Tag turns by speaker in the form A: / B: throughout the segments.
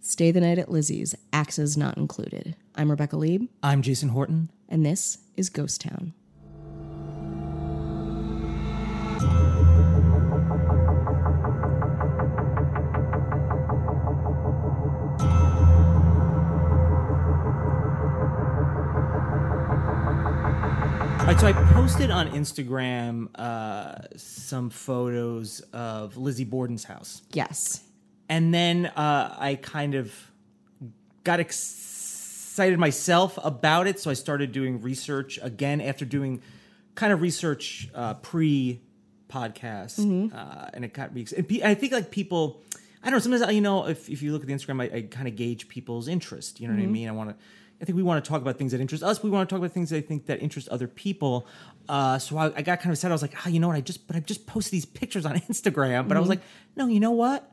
A: Stay the night at Lizzie's, axes not included. I'm Rebecca Lieb,
B: I'm Jason Horton.
A: and this is Ghost Town.
B: All right, so I posted on Instagram uh, some photos of Lizzie Borden's house.
A: Yes.
B: And then uh, I kind of got excited myself about it. So I started doing research again after doing kind of research uh, pre podcast.
A: Mm-hmm.
B: Uh, and it got me. And pe- I think like people, I don't know, sometimes, you know, if, if you look at the Instagram, I, I kind of gauge people's interest. You know
A: Mm-hmm.
B: what I mean? I want to. I think we want to talk about things that interest us. We want to talk about things that I think that interest other people. Uh, so I, I got kind of sad. I was like, oh, you know what? I just, but I just posted these pictures on Instagram. But I was
A: Mm-hmm.
B: like, no, you know what?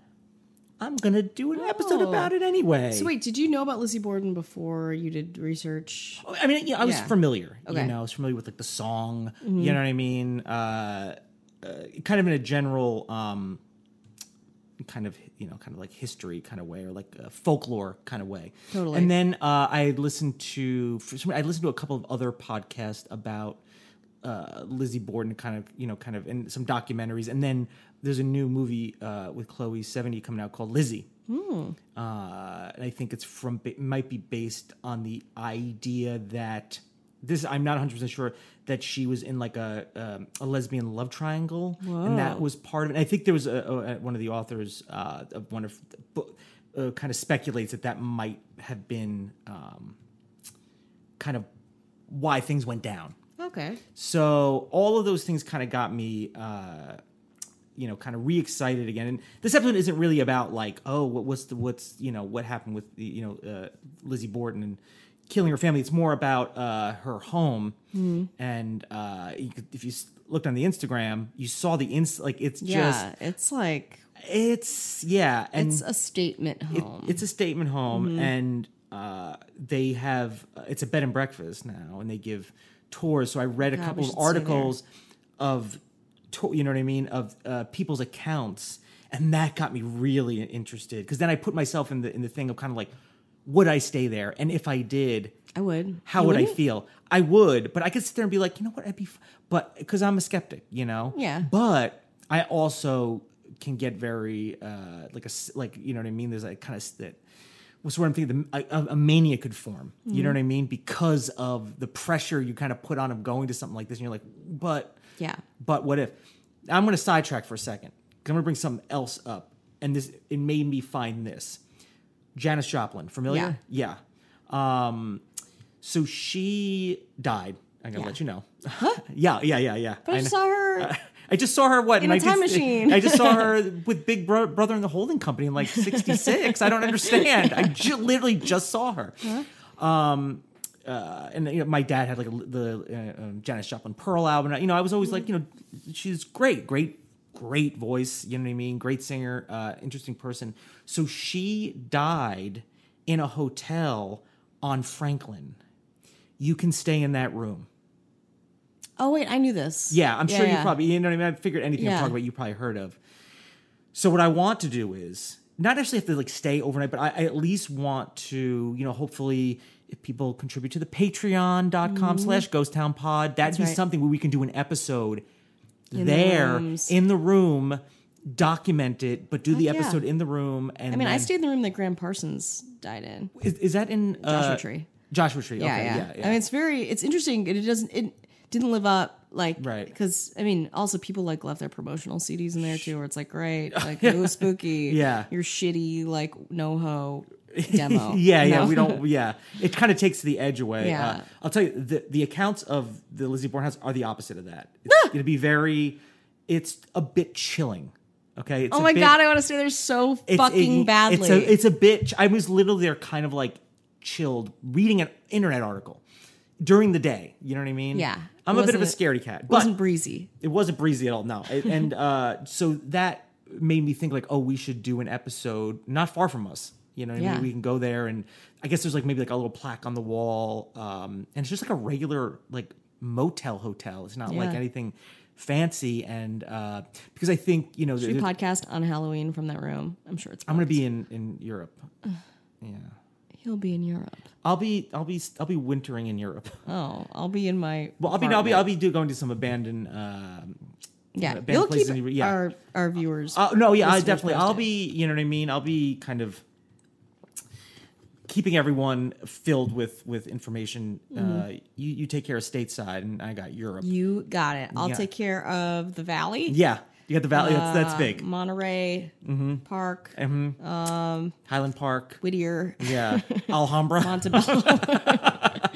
B: I'm gonna do an episode
A: Oh.
B: about it anyway.
A: So wait, did you know about Lizzie Borden before you did research?
B: I mean, yeah, I was
A: Yeah.
B: familiar.
A: Okay. Mm-hmm.
B: You know, I was familiar with like the song. You know what I mean? Uh, uh, kind of in a general, um, kind of you know, kind of like history kind of way, or like uh, folklore kind of way.
A: Totally.
B: And then uh, I had listened to for some- I listened to a couple of other podcasts about uh, Lizzie Borden, kind of you know, kind of and some documentaries, and then there's a new movie uh, with Chloe seventy coming out called Lizzie. Uh, and I think it's from it might be based on the idea that this I'm not 100 percent sure that she was in like a um, a lesbian love triangle, and that was part of it. And I think there was a, a, one of the authors uh, of one of the book uh, kind of speculates that that might have been um, kind of why things went down.
A: Okay.
B: So all of those things kind of got me, uh, you know, kind of re-excited again. And this episode isn't really about like, oh, what, what's the what's you know what happened with the, you know uh, Lizzie Borden and killing her family. It's more about uh, her home.
A: Hmm.
B: And uh, you could, if you s- looked on the Instagram, you saw the inst like it's
A: Yeah, it's like
B: just it's yeah, and
A: it's a statement home. Mm-hmm.
B: it's a statement home, and uh, they have uh, it's a bed and breakfast now, and they give tours. So I read a
A: God,
B: couple
A: we
B: of
A: should stay there.
B: articles of, to- you know what I mean, of uh, people's accounts, and that got me really interested because then I put myself in the in the thing of kind of like, would I stay there, and if I did,
A: I would.
B: how
A: You
B: would I
A: wouldn't?
B: feel? I would, but I could sit there and be like, you know what, I'd be, f-, but because I'm a skeptic, you know.
A: Yeah.
B: But I also can get very uh like a s- like you know what I mean. There's a kind of that. What's what I'm thinking? The, a, a mania could form. You
A: Mm-hmm.
B: know what I mean? Because of the pressure you kind of put on of going to something like this, and you're like, but
A: Yeah.
B: but what if? I'm going to sidetrack for a second. 'cause I'm going to bring something else up, and this it made me find this. Janice Joplin, familiar? Yeah. Um, so she died. I'm gonna
A: Yeah.
B: let you know. yeah, yeah, yeah, yeah.
A: But I,
B: kn-
A: saw her.
B: I just saw her what
A: In
B: a
A: a time machine.
B: I just saw her with Big Bro- Brother and the Holding Company in like '66. I don't understand. I ju- literally just saw her. Um, uh, and you know, my dad had like a, the uh, um, Janis Joplin Pearl album. and I- You know, I was always like, you know, she's great, great, great voice. You know what I mean? Great singer, uh, interesting person. So she died in a hotel on Franklin. You can stay in that room.
A: Oh wait, I knew this.
B: Yeah, I'm sure you
A: yeah.
B: probably you know what I mean. I figured anything
A: Yeah.
B: I'm talking about, you probably heard of. So what I want to do is not actually have to like stay overnight, but I, I at least want to you know hopefully if people contribute to the Patreon.com slash Ghost Town Pod, that'd be
A: Mm-hmm. right.
B: something where we can do an episode
A: In the
B: there
A: rooms.
B: in the room, document it, but do the
A: Heck yeah.
B: episode in the room. And
A: I mean, I
B: then-
A: stayed in the room that Graham Parsons died in.
B: is, is that in
A: Joshua
B: uh,
A: Tree.
B: Joshua Tree.
A: Yeah,
B: okay,
A: yeah.
B: yeah.
A: I mean, it's very. It's interesting. and It doesn't. It didn't live up. Like,
B: Right.
A: Because I mean, also people like left their promotional CDs in there too, where it's like, great, like it was spooky.
B: Yeah.
A: Your shitty like no ho demo.
B: yeah, yeah,
A: No.
B: we don't. Yeah, it kind of takes the edge away.
A: Yeah.
B: Uh, I'll tell you, the the accounts of the Lizzie Born house are the opposite of that. It's
A: Ah!
B: gonna be very. It's a bit chilling. Okay. It's
A: Oh
B: a
A: my
B: bit-
A: god, I want to stay there so fucking
B: it-
A: badly.
B: It's a, it's a bitch. I was literally there, kind of like chilled, reading an internet article during the day. You know what I mean?
A: Yeah.
B: I'm a bit of a
A: Wasn't it-
B: scaredy cat.
A: it
B: But
A: wasn't breezy.
B: it wasn't breezy at all no It- and uh so that made me think like oh we should do an episode not far from us you know what I
A: Yeah.
B: mean? we can go there and i guess there's like maybe like a little plaque on the wall um and it's just like a regular like motel hotel it's not like
A: Yeah.
B: anything fancy and uh because i think you know
A: Should we
B: there-
A: podcast on Halloween from that room? I'm sure it's.
B: i'm gonna be in in europe
A: He'll be in Europe.
B: I'll be I'll be I'll be wintering in Europe.
A: Oh, I'll be in my.
B: Well, I'll be I'll be I'll be do, going to some abandoned. Um,
A: Yeah,
B: band
A: you'll
B: plays
A: keep
B: and you- yeah.
A: our our viewers.
B: uh, no, yeah, I
A: listeners
B: definitely. I'll
A: posted.
B: be. You know what I mean. I'll be kind of keeping everyone filled with with information. Uh, you you take care of stateside, and I got Europe.
A: You got it. I'll
B: Yeah.
A: take care of the valley.
B: Oh, Yeah, you got the valley. that's, that's
A: uh,
B: big. Mm-hmm.
A: Monterey Park,
B: Highland Park.
A: Whittier.
B: Yeah, Alhambra.
A: Montebello.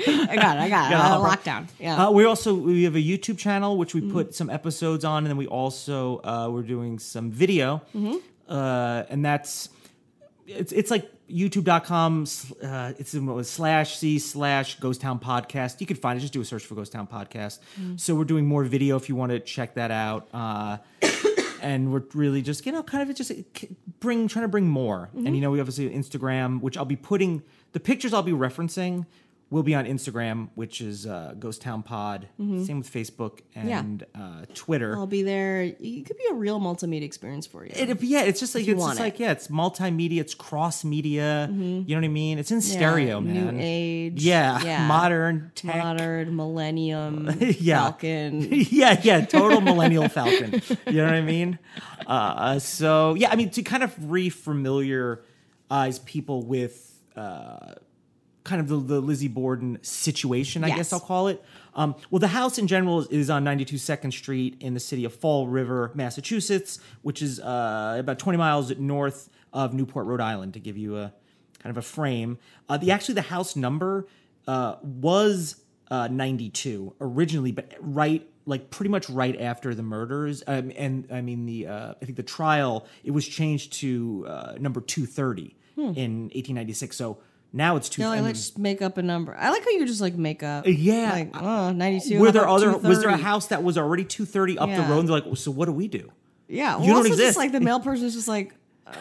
A: I got it. I got it. Uh,
B: Alhambra.
A: lockdown. Yeah.
B: Uh, we also we have a YouTube channel which we put some episodes on, and then we also uh, we're doing some video, uh, and that's it's it's like youtube.com sl- uh, it's in what was slash c slash ghost town podcast you can find it just do a search for ghost town podcast so we're doing more video if you want to check that out uh, and we're really just you know kind of just uh, k- bring trying to bring more and you know we obviously have instagram which i'll be putting the pictures i'll be referencing will be on instagram which is uh, ghost town pod same with facebook
A: Yeah.
B: and uh, twitter
A: I'll be there. It could be a real multimedia experience for you.
B: it, yeah, it's just like
A: you
B: it's
A: want
B: just
A: it. Mm-hmm.
B: like yeah, it's multimedia, it's cross media. You know what I mean? It's in
A: Yeah,
B: stereo, man.
A: New age.
B: Yeah, modern tech.
A: Modern millennium.
B: Yeah.
A: Falcon.
B: yeah, yeah, total millennial falcon. You know what I mean? Uh, Uh, so yeah, I mean to kind of re-familiarize people with uh, kind of the, the Lizzie Borden situation, I
A: Yes.
B: guess I'll call it. Um, well, the house in general is, is on 92 Second Street in the city of Fall River, Massachusetts, which is uh, about 20 miles north of Newport, Rhode Island, to give you a kind of a frame. Uh, the actually the house number uh, was uh, 92 originally, but right like pretty much right after the murders um, and i mean the uh, i think the trial it was changed to uh, number 230 in 1896 so now it's two.
A: No, I
B: I mean,
A: like just make up a number. I like how you just like make up.
B: yeah.
A: Like, oh, 92.
B: were
A: how
B: there
A: about
B: other was there a
A: 230?
B: house that was already 230 up
A: Yeah.
B: the road and they're like well, so what do we do
A: Yeah. Well,
B: don't
A: also
B: exist.
A: just like the male person is just like, uh,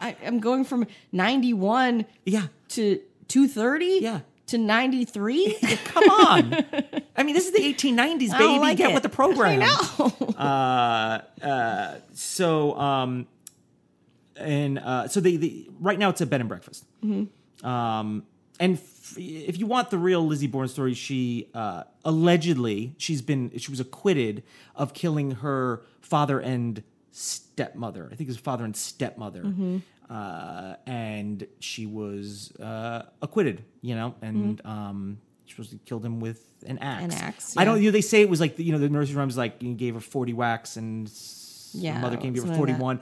A: I, I'm going from 91
B: yeah
A: to 230
B: Yeah.
A: to 93.
B: come on i mean this is the 1890s baby
A: like
B: get
A: it.
B: with the program Uh,
A: no.
B: so um and uh so they, they right now it's a bed and breakfast
A: Mm-hmm.
B: um and f- if you want the real lizzie bourne story she uh allegedly she's been she was acquitted of killing her father and stepmother i think it was father and stepmother
A: Mm-hmm.
B: uh and she was uh acquitted you know and um she supposed to killed him with an axe.
A: Mm-hmm. axe,
B: I don't.
A: yeah.
B: You know, they say it was like you know the nursery rhymes like you gave her forty whacks and s-
A: Yeah,
B: mother came to her
A: something like that.
B: 41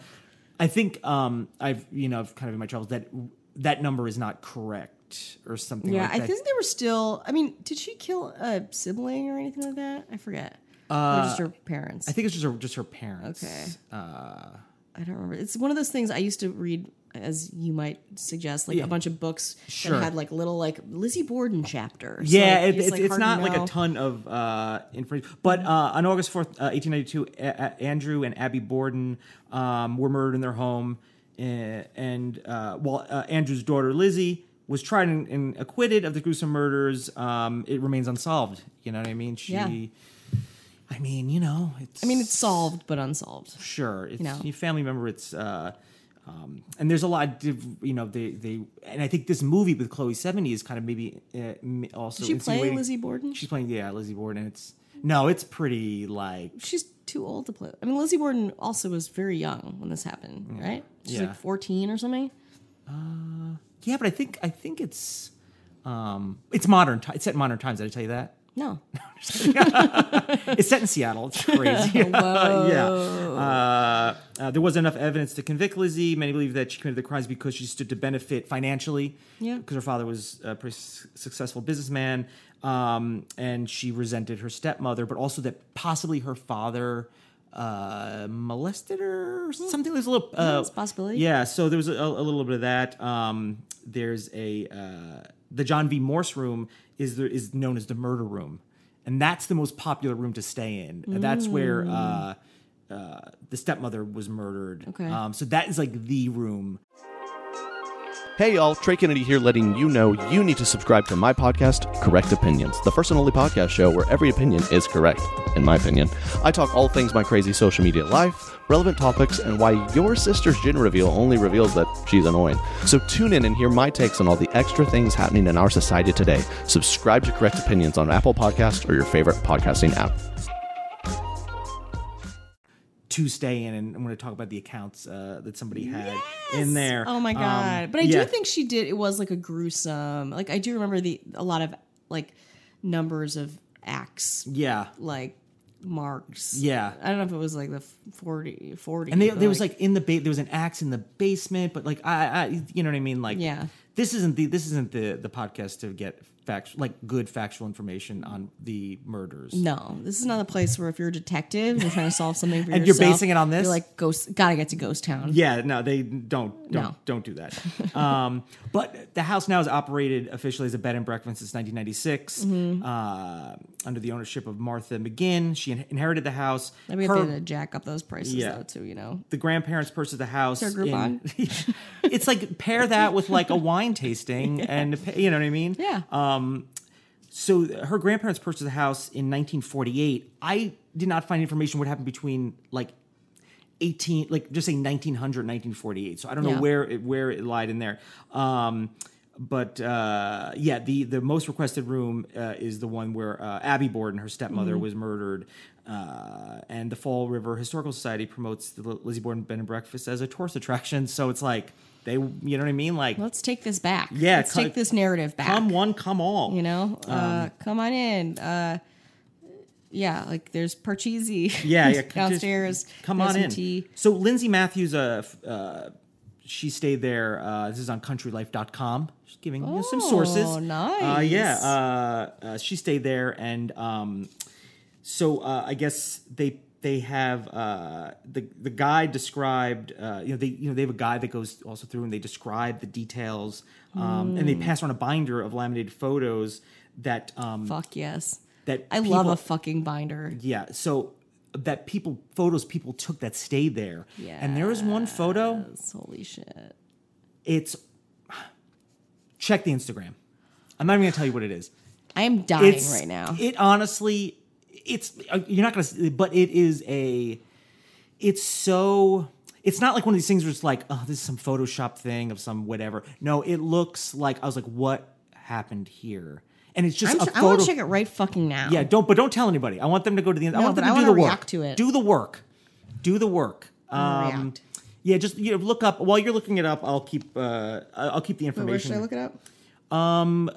B: i think um i've you know i've kind of in my travels that that number is not correct or something
A: Yeah,
B: like
A: I
B: that
A: think they were still. I mean, did she kill a sibling or anything like that? I forget. Uh, or just her parents.
B: i
A: I,
B: think it's just her, just her parents
A: Okay.
B: uh
A: don't remember. It's one of those things I used to read, as you might suggest, like
B: Yeah.
A: a bunch of books
B: Sure.
A: that had like little like Lizzie Borden chapters.
B: yeah,
A: Like,
B: it,
A: just,
B: it's,
A: like,
B: it's
A: hard to
B: not like
A: know.
B: a ton of uh, information. But uh, on August 4th, uh, 1892, A- A- Andrew and Abby Borden um, were murdered in their home. uh, And uh, while uh, Andrew's daughter, Lizzie, was tried and, and acquitted of the gruesome murders, um, it remains unsolved. You know what I mean? She,
A: Yeah.
B: I mean, you know, it's.
A: I mean, it's solved but unsolved.
B: Sure, it's
A: know.
B: your family member. It's uh, um, and there's a lot of you know they they and I think this movie with Chloe seventy is kind of maybe uh, m- also
A: Did she play
B: insinuating-
A: Lizzie Borden?
B: She's playing yeah Lizzie Borden. and It's no, it's pretty like
A: She's too old to play. I mean, Lizzie Borden also was very young when this happened, right? She's
B: Mm. Yeah.
A: like fourteen or something.
B: yeah, but I think I think it's um it's modern. Ti- it's set in modern times. Did I tell you that?
A: No,
B: It's set in Seattle. It's crazy. yeah. Uh,
A: Oh.
B: uh, there wasn't enough evidence to convict Lizzie. Many believe that she committed the crimes because she stood to benefit financially.
A: Yeah.
B: Because her father was a pretty s- successful businessman. Um, and she resented her stepmother, but also that possibly her father uh molested her or something there's a little uh
A: that's Hmm. a possibility.
B: yeah so there was a, a little bit of that um there's a uh the john v morse room is there is known as the murder room and that's the most popular room to stay in and that's where uh uh, the stepmother was murdered.
A: Okay.
B: Um, so that is like the room.
C: Hey y'all, Trey Kennedy here letting you know you need to subscribe to my podcast, Correct Opinions, the first and only podcast show where every opinion is correct, in my opinion. I talk all things my crazy social media life, relevant topics, and why your sister's gin reveal only reveals that she's annoying. So tune in and hear my takes on all the extra things happening in our society today. Subscribe to Correct Opinions on Apple Podcasts or your favorite podcasting app.
B: to stay in, and I'm going to talk about the accounts uh, that somebody had in there.
A: Oh my
B: Um,
A: god! but I
B: yeah.
A: do think she did. It was like a gruesome. Like I do remember the a lot of like numbers of acts
B: yeah,
A: like marks.
B: yeah.
A: I don't know if it was like the 40, 40
B: And they,
A: but,
B: there was like in the ba- there was an axe in the basement, but like I, I you know what I mean? Like
A: Yeah.
B: this isn't the this isn't the the podcast to get factual like good factual information on the murders.
A: no, this is not a place where if you're a detective and you're trying to solve something for
B: And you're
A: yourself,
B: basing it on this?
A: You're like ghost. Gotta get to Ghost Town.
B: Yeah, no, they don't don't
A: No.
B: don't do that. um, but the house now is operated officially as a bed and breakfast since 1996 uh, under the ownership of Martha McGinn. She in- inherited the house.
A: Maybe
B: Her-
A: if they had to jack up those prices
B: Yeah.
A: though too. You know.
B: the grandparents purchased the house.
A: Is there Groupon?
B: it's like pair that with like a wine tasting, and you know what I mean.
A: Yeah.
B: Uh, So her grandparents purchased the house in 1948. I did not find information what happened between like 18, like just say 1900, 1948. So I don't know
A: Yeah.
B: where it, where it lied in there. Um, but uh, yeah, the the most requested room uh, is the one where uh, Abby Borden, her stepmother,
A: Mm-hmm.
B: was murdered. Uh, and the Fall River Historical Society promotes the Li- Lizzie Borden Bed and Breakfast as a tourist attraction. So it's like they, you know what I mean? Like,
A: Let's take this back.
B: Yeah,
A: Let's
B: come-
A: take this narrative back.
B: come one, come all.
A: you know
B: Um,
A: uh come on in uh yeah like there's parcheesi
B: yeah, yeah.
A: downstairs
B: Just come
A: there's
B: on
A: some
B: in.
A: tea.
B: So Lindsay Matthews, uh, f- uh, she stayed there. Uh, this is on countrylife.com. She's giving you know, some sources.
A: Oh,
B: Uh, yeah.
A: nice.
B: Uh, uh, she stayed there, and um, so uh, I guess they they have uh, the the guide described. Uh, you know, they you know they have a guide that goes also through and they describe the details, um, and they
A: Hmm.
B: pass around a binder of laminated photos that um,
A: fuck yes
B: that
A: i love
B: people-
A: a fucking binder
B: yeah. So that people photos people took that stayed there. And there is one photo.
A: That's- holy shit
B: It's check the Instagram. I'm not even gonna tell you what it is.
A: i am dying
B: It's
A: right now
B: It honestly, it's uh, you're not gonna. s- But it is a. It's so. It's not like one of these things where it's like, oh, this is some Photoshop thing of some whatever. No, it looks like I was like, what happened here? And it's just
A: I'm
B: a
A: sh- i want
B: photo.
A: to check it right fucking now
B: Yeah, don't. But don't tell anybody. I want them to go to the. I want
A: Um, but
B: them
A: I
B: to do
A: wanna
B: the work.
A: react to it.
B: Do the work. Do the work.
A: gonna
B: Um,
A: react.
B: yeah, just you know, look up while you're looking it up. I'll keep. Uh, I- I'll keep the information.
A: where should i look it up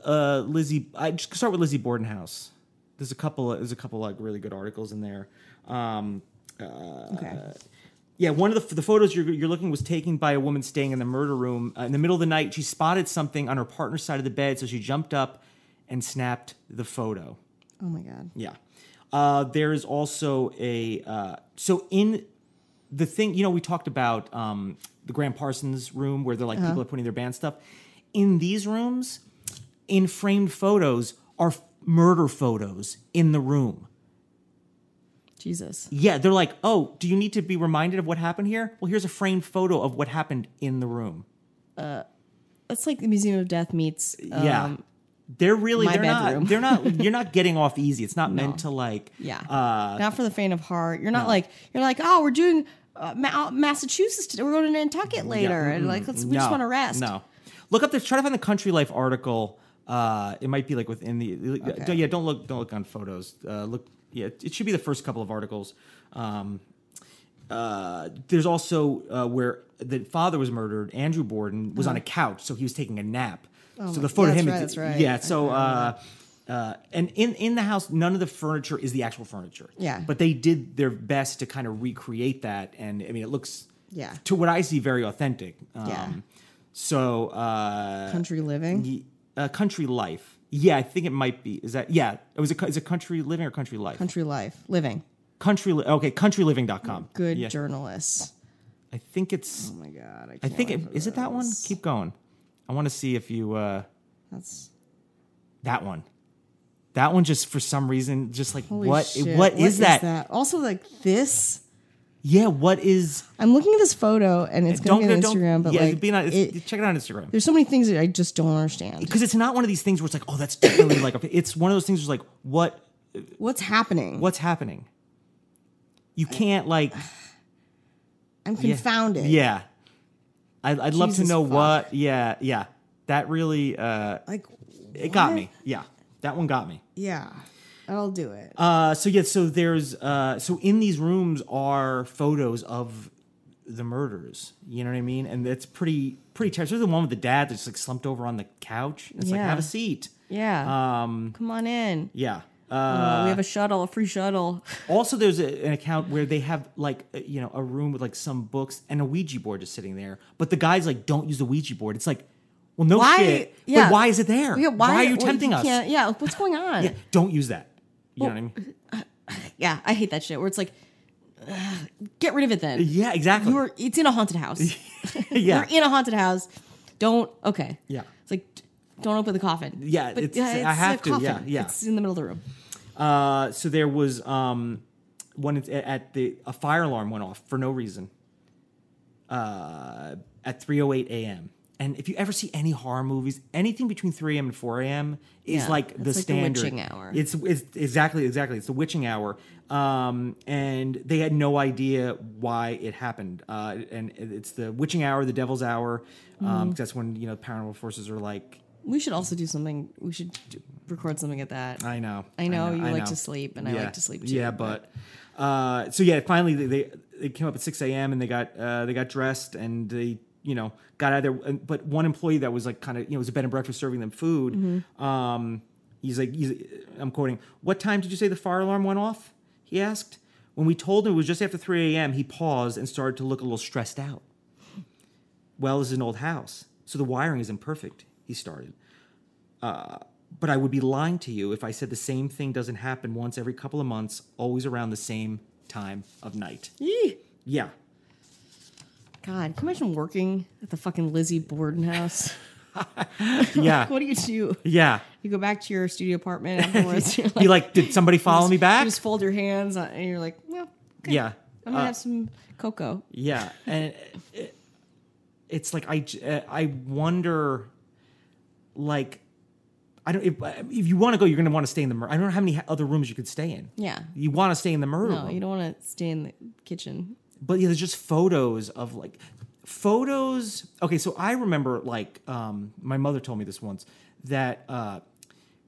B: Uh, Lizzie, I just start with Lizzie Bordenhouse. There's a couple. There's a couple like really good articles in there. Um,
A: okay
B: yeah, one of the, the photos you're, you're looking was taken by a woman staying in the murder room uh, in the middle of the night. She spotted something on her partner's side of the bed, so she jumped up and snapped the photo.
A: oh my god
B: Yeah. Uh, there is also a uh, so in the thing you know we talked about um, the Grand Parsons room where they're
A: Uh-huh.
B: like people are putting their band stuff in these rooms in framed photos are f- murder photos in the room.
A: jesus
B: Yeah, they're like, oh, do you need to be reminded of what happened here? Well, here's a framed photo of what happened in the room.
A: that's like the museum of death meets um,
B: yeah. They're really
A: my
B: they're
A: bedroom.
B: not they're not you're not getting off easy. It's not meant to like uh,
A: Yeah. not for the faint of heart. You're not like you're like oh we're doing uh, Ma- Massachusetts today. We're going to Nantucket later, and like let's we just
B: No,
A: want to rest.
B: No, look up the try to find the Country Life article. Uh, it might be like within the don't- yeah. Don't look don't look on photos. Uh, look yeah, it should be the first couple of articles. Um, uh, there's also uh, where the father was murdered. Andrew Borden was on a couch, so he was taking a nap. so the photo of
A: Uh-huh. Oh that's
B: him,
A: right,
B: is-
A: that's right.
B: yeah.
A: I
B: So uh, uh, and in in the house, none of the furniture is the actual furniture.
A: Yeah.
B: but they did their best to kind of recreate that, and I mean, it looks
A: Yeah.
B: to what I see very authentic. Um,
A: Yeah.
B: So uh,
A: Country living.
B: y- uh, country life. Yeah, I think it might be. Is that yeah? It was a co- is it country living or country life?
A: Country life. Living.
B: Country li- okay, countryliving.com.
A: Good
B: Yeah,
A: journalists.
B: I think it's.
A: Oh my god. I, can't
B: I think it
A: wait for
B: is it that one.
A: this.
B: Keep going. I want to see if you uh,
A: That's
B: that one. That one just for some reason just like
A: holy
B: what
A: shit.
B: what is that?
A: Also like this.
B: Yeah, what is?
A: I'm looking at this photo and it's going to
B: Don't
A: be on
B: don't-
A: Instagram, but
B: yeah,
A: like,
B: be on, it's,
A: it-
B: check it out on Instagram
A: there's so many things that I just don't understand.
B: because it's not one of these things where it's like, oh, that's totally like. a- It's one of those things where it's like, what
A: What's happening?
B: what's happening? You can't like,
A: I'm confounded.
B: yeah. I, I'd love to
A: Jesus
B: know
A: fuck.
B: what. Yeah, yeah. That really, uh,
A: Like,
B: it got
A: what?
B: me. Yeah, that one got me.
A: Yeah. I'll do it.
B: Uh, so yeah, so there's uh, so in these rooms are photos of the murders. You know what I mean? And it's pretty pretty terrible. There's the one with the dad that's like slumped over on the couch. It's like
A: Yeah.
B: have a seat.
A: yeah. Come on in.
B: Yeah.
A: Uh,
B: um, Uh,
A: we have a shuttle, a free shuttle.
B: also, there's a, an account where they have like uh, you know a room with like some books and a Ouija board just sitting there. But the guys like don't use the Ouija board. It's like, well, no
A: Why-
B: shit.
A: yeah.
B: But why is it there?
A: Yeah,
B: why, are you
A: well,
B: tempting us?
A: can't- Yeah, what's going on?
B: Yeah,
A: yeah.
B: don't use that. You know what I mean?
A: I hate that shit. Where it's like, ugh, get rid of it then.
B: Yeah, exactly.
A: You are. It's in a haunted house.
B: yeah,
A: You're in a haunted house. Don't. Okay.
B: Yeah.
A: It's like, d- don't open the coffin.
B: Yeah, it's- I have to, yeah, yeah.
A: It's in the middle of the room.
B: Uh, so there was um, one at- at the a fire alarm went off for no reason uh, at 3:08 a.m. And if you ever see any horror movies, anything between 3 a.m. and 4 a.m. is
A: Yeah,
B: like the
A: it's like the
B: standard.
A: witching hour.
B: It's, it's exactly exactly it's the witching hour. Um, and they had no idea why it happened. Uh, and it's the witching hour, the devil's hour. Um,
A: Mm-hmm.
B: 'cause that's when you know paranormal forces are like,
A: We should also do something. We should d- record something at that.
B: I know.
A: I know, you
B: I
A: like to sleep, and I like to sleep too,
B: Yeah, but uh, so yeah, finally they, they they came up at six a.m. and they got uh, they got dressed and they you know got out of there. And- But one employee that was like kind of you know it was a bed and breakfast serving them food.
A: Mm-hmm.
B: Um, he's like, he's, I'm quoting, "What time did you say the fire alarm went off?" He asked. When we told him it was just after three a.m., he paused and started to look a little stressed out. Well, this is an old house, so the wiring isn't perfect. He started but I would be lying to you if I said the same thing doesn't happen once every couple of months, always around the same time of night.
A: Yee.
B: Yeah.
A: God, can you imagine working at the fucking Lizzie Borden house?
B: Yeah.
A: what do you do?
B: Yeah.
A: You go back to your studio apartment afterwards. you're
B: Be like, did somebody follow me
A: You
B: back?
A: just fold your hands on- and you're like, well, okay.
B: Yeah.
A: I'm gonna
B: Uh,
A: have some cocoa.
B: Yeah, and it- it's like I j- uh, I wonder, like, I don't if, if you want to go, you're gonna want to stay in the. Mur- I don't know how many other rooms you could stay in.
A: Yeah.
B: You want to stay in the murder
A: No,
B: room,
A: you don't want to stay in the kitchen.
B: but yeah, there's just photos of like photos. Okay, so I remember like um, my mother told me this once that uh,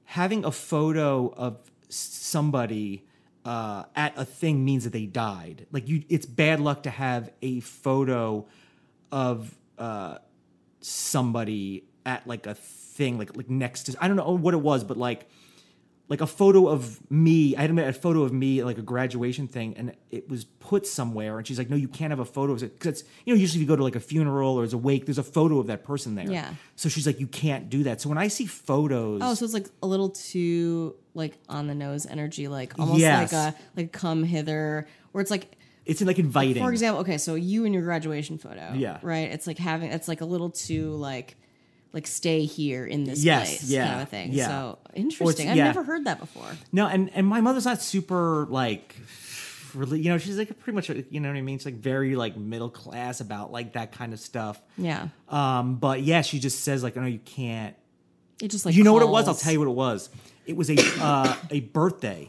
B: having a photo of s- somebody uh, at a thing means that they died. Like you, it's bad luck to have a photo of uh, somebody at like a thing, like like next to I don't know what it was, but like like a photo of me. I had a photo of me at like a graduation thing, and it was put somewhere. And she's like, "No, you can't have a photo of it because it's you know usually if you go to like a funeral or it's a wake, there's a photo of that person there."
A: Yeah.
B: So she's like, "You can't do that." So when I see photos,
A: Oh, so it's like a little too like on the nose energy, like almost
B: Yes.
A: like a like come hither, where it's like
B: it's in like inviting.
A: For example, okay, so you and your graduation photo.
B: Yeah.
A: Right? It's like having it's like a little too like like stay here in this
B: Yes,
A: place
B: yeah,
A: kind of a thing.
B: yeah.
A: So interesting. I've
B: yeah.
A: never heard that before.
B: No, and and my mother's not super like really, you know, she's like pretty much, you know what I mean? She's like very like middle class about like that kind of stuff.
A: Yeah.
B: Um, but yeah, she just says like, no, you can't.
A: It just like
B: you know what it was? I'll
A: calls.
B: tell you what it was. It was a uh, a birthday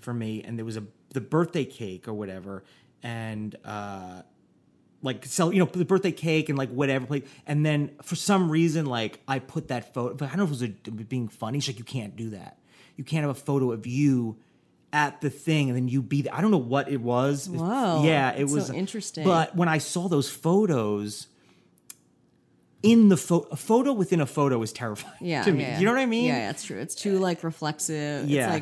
B: for me, and there was a the birthday cake or whatever, and uh, like sell you know the birthday cake and like whatever. Like, and then for some reason, like I put that photo. But I don't know if it was a, being funny. She's like, you can't do that. You can't have a photo of you at the thing and then you be. The, I don't know what it was.
A: Whoa.
B: yeah, it
A: That's so
B: was
A: interesting.
B: But when I saw those photos. In the photo, a photo within a photo is terrifying
A: Yeah.
B: to me.
A: yeah,
B: You know what I mean?
A: Yeah, yeah, it's true. It's too like reflexive.
B: Yeah.
A: It's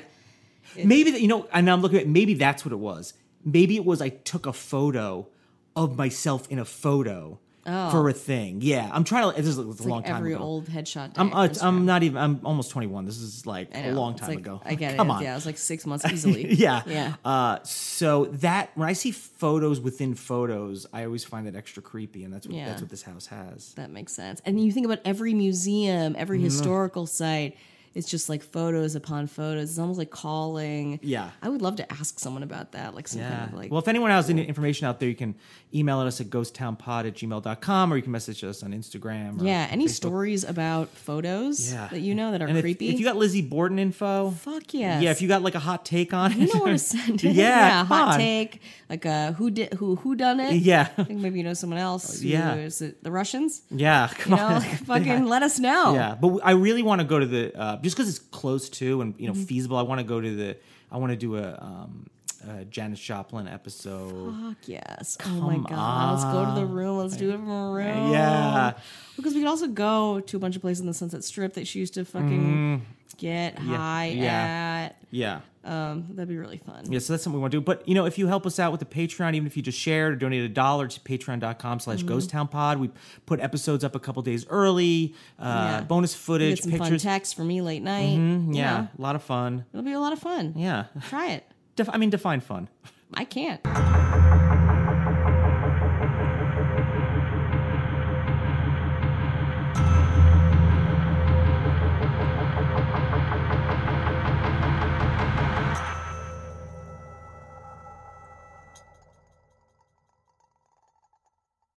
A: like
B: maybe that you know, and I'm looking at maybe that's what it was. Maybe it was I took a photo of myself in a photo for a thing. Yeah, I'm trying to. This is a, this is a long
A: Oh. like
B: time
A: every
B: ago.
A: old headshot. Day
B: I'm uh,
A: Instagram.
B: I'm not even. I'm almost 21. This is like
A: I
B: a
A: know.
B: long
A: It's
B: time
A: like-
B: ago.
A: I get
B: Come
A: it.
B: On.
A: Yeah, it was like six months easily.
B: yeah.
A: Yeah.
B: Uh, so that when I see photos within photos, I always find that extra creepy, and that's what
A: Yeah.
B: that's what this house has. Mm-hmm.
A: That makes sense. And you think about every museum, every historical site. it's just like photos upon photos. It's almost like calling.
B: Yeah.
A: I would love to ask someone about that. Like some
B: Yeah.
A: kind of like.
B: well, if anyone has any information out there, you can email us at ghosttownpod at gmail.com or you can message us on Instagram. Or
A: yeah. Any
B: Facebook.
A: stories about photos
B: Yeah.
A: that you know that are
B: And if-
A: creepy?
B: If, you got Lizzie Borden info,
A: Fuck yes.
B: yeah, if you got like a hot take on it,
A: you know where to send it.
B: yeah,
A: yeah
B: come
A: hot
B: on.
A: take. Like uh, who did who who done it?
B: Yeah.
A: I think maybe you know someone else. who-
B: Yeah.
A: is it the Russians?
B: Yeah, come
A: You know,
B: on.
A: like, fucking let us know.
B: Yeah, but I really want to go to the uh, just because it's close to and you know
A: Mm-hmm.
B: feasible. I want to go to the. I want to do a, um, a Janis Joplin episode.
A: Fuck yes. oh my god. Let's go to the room. Let's do it from a room.
B: Yeah.
A: Because we could also go to a bunch of places in the Sunset Strip that she used to fucking get high
B: Mm. yeah.
A: at.
B: Yeah,
A: Um, that'd be really fun.
B: yeah. So that's something we want to do. But you know, if you help us out with the Patreon, even if you just share or donate a dollar to
A: Mm-hmm.
B: Patreon.com/slash Ghost Town Pod, we put episodes up a couple days early, uh,
A: Yeah.
B: bonus
A: You
B: footage,
A: get some
B: pictures. Mm-hmm.
A: fun texts for me late night. you
B: yeah,
A: know.
B: a lot of fun.
A: it'll be a lot of fun.
B: Yeah,
A: Try it.
B: Def- I mean, define fun.
A: I can't.